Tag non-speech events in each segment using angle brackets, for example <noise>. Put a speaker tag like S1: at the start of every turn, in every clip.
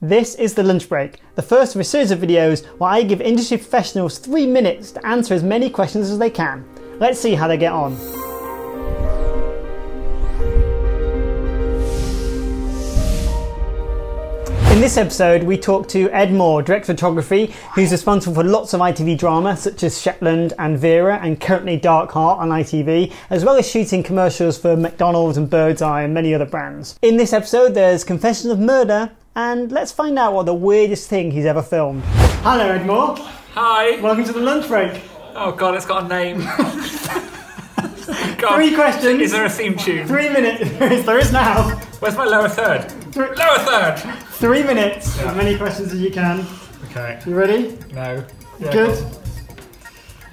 S1: This is the lunch break, the first of a series of videos where I give industry professionals three minutes to answer as many questions as they can. Let's see how they get on. In this episode, we talk to Ed Moore, director of photography, who's responsible for lots of ITV drama such as Shetland and Vera, and currently Dark Heart on ITV, as well as shooting commercials for McDonald's and Bird's Eye and many other brands. In this episode, there's Confession of Murder, and let's find out what the weirdest thing he's ever filmed. Hello, Ed Moore.
S2: Hi.
S1: Welcome to the lunch break.
S2: Oh god, it's got a name. God.
S1: Three questions.
S2: Is there a theme tune?
S1: Three minutes. <laughs> there is now.
S2: Where's my lower third?
S1: Three,
S2: Lower third.
S1: three minutes. As many questions as you can.
S2: Okay.
S1: You ready?
S2: No. Yeah,
S1: Good.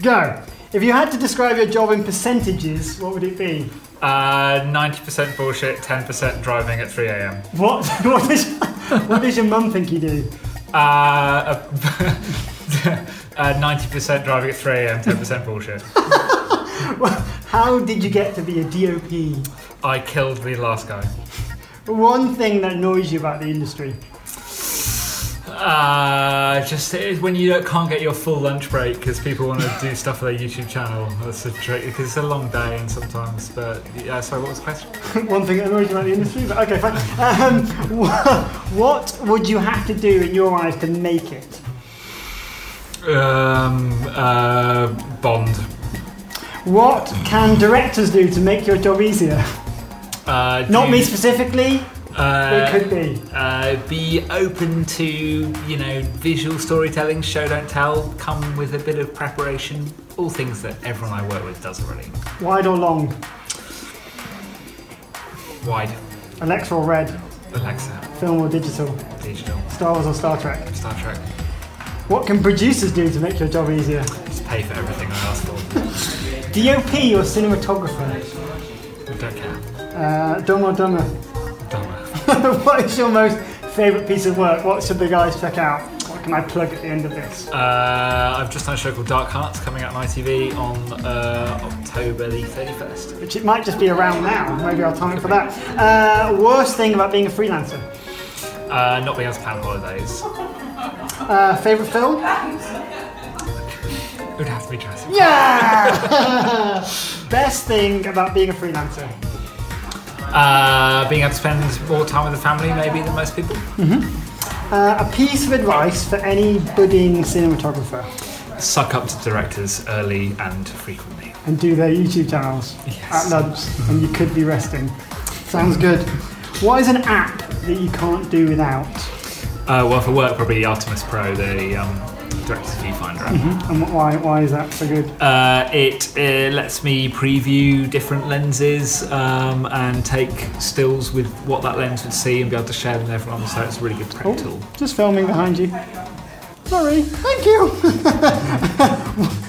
S1: Go. If you had to describe your job in percentages, what would it be?
S2: Uh, ninety percent bullshit, ten percent driving at three a.m.
S1: What? <laughs> What does, what does your mum think you do?
S2: Uh, <laughs> ninety percent driving at three a.m., ten percent bullshit.
S1: How did you get to be a DOP?
S2: I killed the last guy.
S1: One thing that annoys you about the industry. <laughs>
S2: Uh, just it is when you don't- can't get your full lunch break because people want to do stuff for their YouTube channel. That's a trick because it's a long day and sometimes. But yeah, sorry, what was the question?
S1: One thing that annoys you about the industry, but okay, fine. Um, <laughs> wha- what would you have to do in your eyes to make it?
S2: Um, uh, Bond.
S1: What can directors do to make your job easier?
S2: Uh, do
S1: Not me
S2: you-
S1: specifically,
S2: Uh,
S1: but it could be.
S2: Uh, be open to you know visual storytelling, show don't tell. Come with a bit of preparation. All things that everyone I work with does already.
S1: Wide or long?
S2: Wide,
S1: Alexa or Red?
S2: Alexa,
S1: Film or digital?
S2: digital,
S1: Star Wars or Star Trek?
S2: Star Trek.
S1: What can producers do to make your job easier?
S2: Just pay for everything I ask for.
S1: DOP or cinematographer?
S2: don't care.
S1: Uh, Dumb or Dumber? <laughs>
S2: Dumber.
S1: what is your most favourite piece of work? What should the guys check out? What can I plug at the end of this?
S2: Uh, I've just done a show called Dark Hearts coming out on ITV on uh, October the 31st.
S1: Which it might just be around now. Maybe I'll time it for that. Uh, worst thing about being a freelancer?
S2: Uh, not being able to plan holidays.
S1: Uh, favourite film?
S2: It would have to be Jurassic
S1: Yeah! <laughs> Best thing about being a freelancer?
S2: Uh, being able to spend more time with the family, maybe, than most people.
S1: Uh, a piece of advice for any budding cinematographer
S2: Suck up to directors early and frequently.
S1: and do their YouTube channels
S2: Yes.
S1: at lunch and you could be resting. Sounds good. What is an app that you can't do without?
S2: Uh, well, for work, probably Artemis Pro, the um, director's viewfinder app.
S1: And wh- why, why is that so good?
S2: Uh, it uh, lets me preview different lenses um, and take stills with what that lens would see and be able to share them with everyone. So it's a really good prep tool.
S1: Oh, Just filming behind you. Sorry, thank you. <laughs>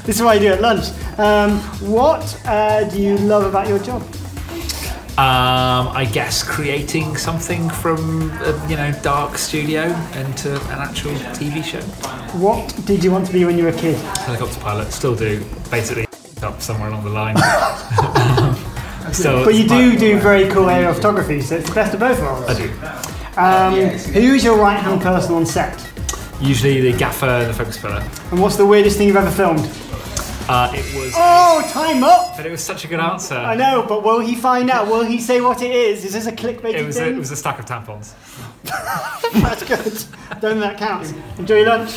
S1: this is what I do at lunch. Um, what uh, do you love about your job?
S2: Um, I guess creating something from a, you know dark studio into an actual TV show.
S1: What did you want to be when you were a kid?
S2: helicopter pilot, still do basically <laughs> up somewhere along
S1: <laughs>
S2: the line. <laughs> so
S1: But you do do very cool aerial photography, so it's the best of both
S2: I
S1: worlds.
S2: do.
S1: Um, who's your right hand person on set?
S2: Usually the gaffer and the focus filler.
S1: And what's the weirdest thing you've ever filmed?
S2: Uh, it was,
S1: Oh, time up!
S2: but it was such a good answer.
S1: I know, but will he find out? Will he say what it is? Is this a clickbait
S2: It was, a,
S1: thing?
S2: it was a stack of tampons.
S1: <laughs> That's good. Don't that counts. Enjoy your lunch.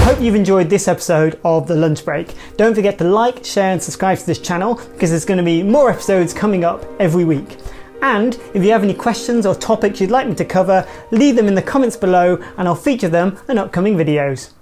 S1: <laughs> Hope you've enjoyed this episode of The Lunch Break. Don't forget to like, share, and subscribe to this channel because there's going to be more episodes coming up every week. And if you have any questions or topics you'd like me to cover, leave them in the comments below and I'll feature them in upcoming videos.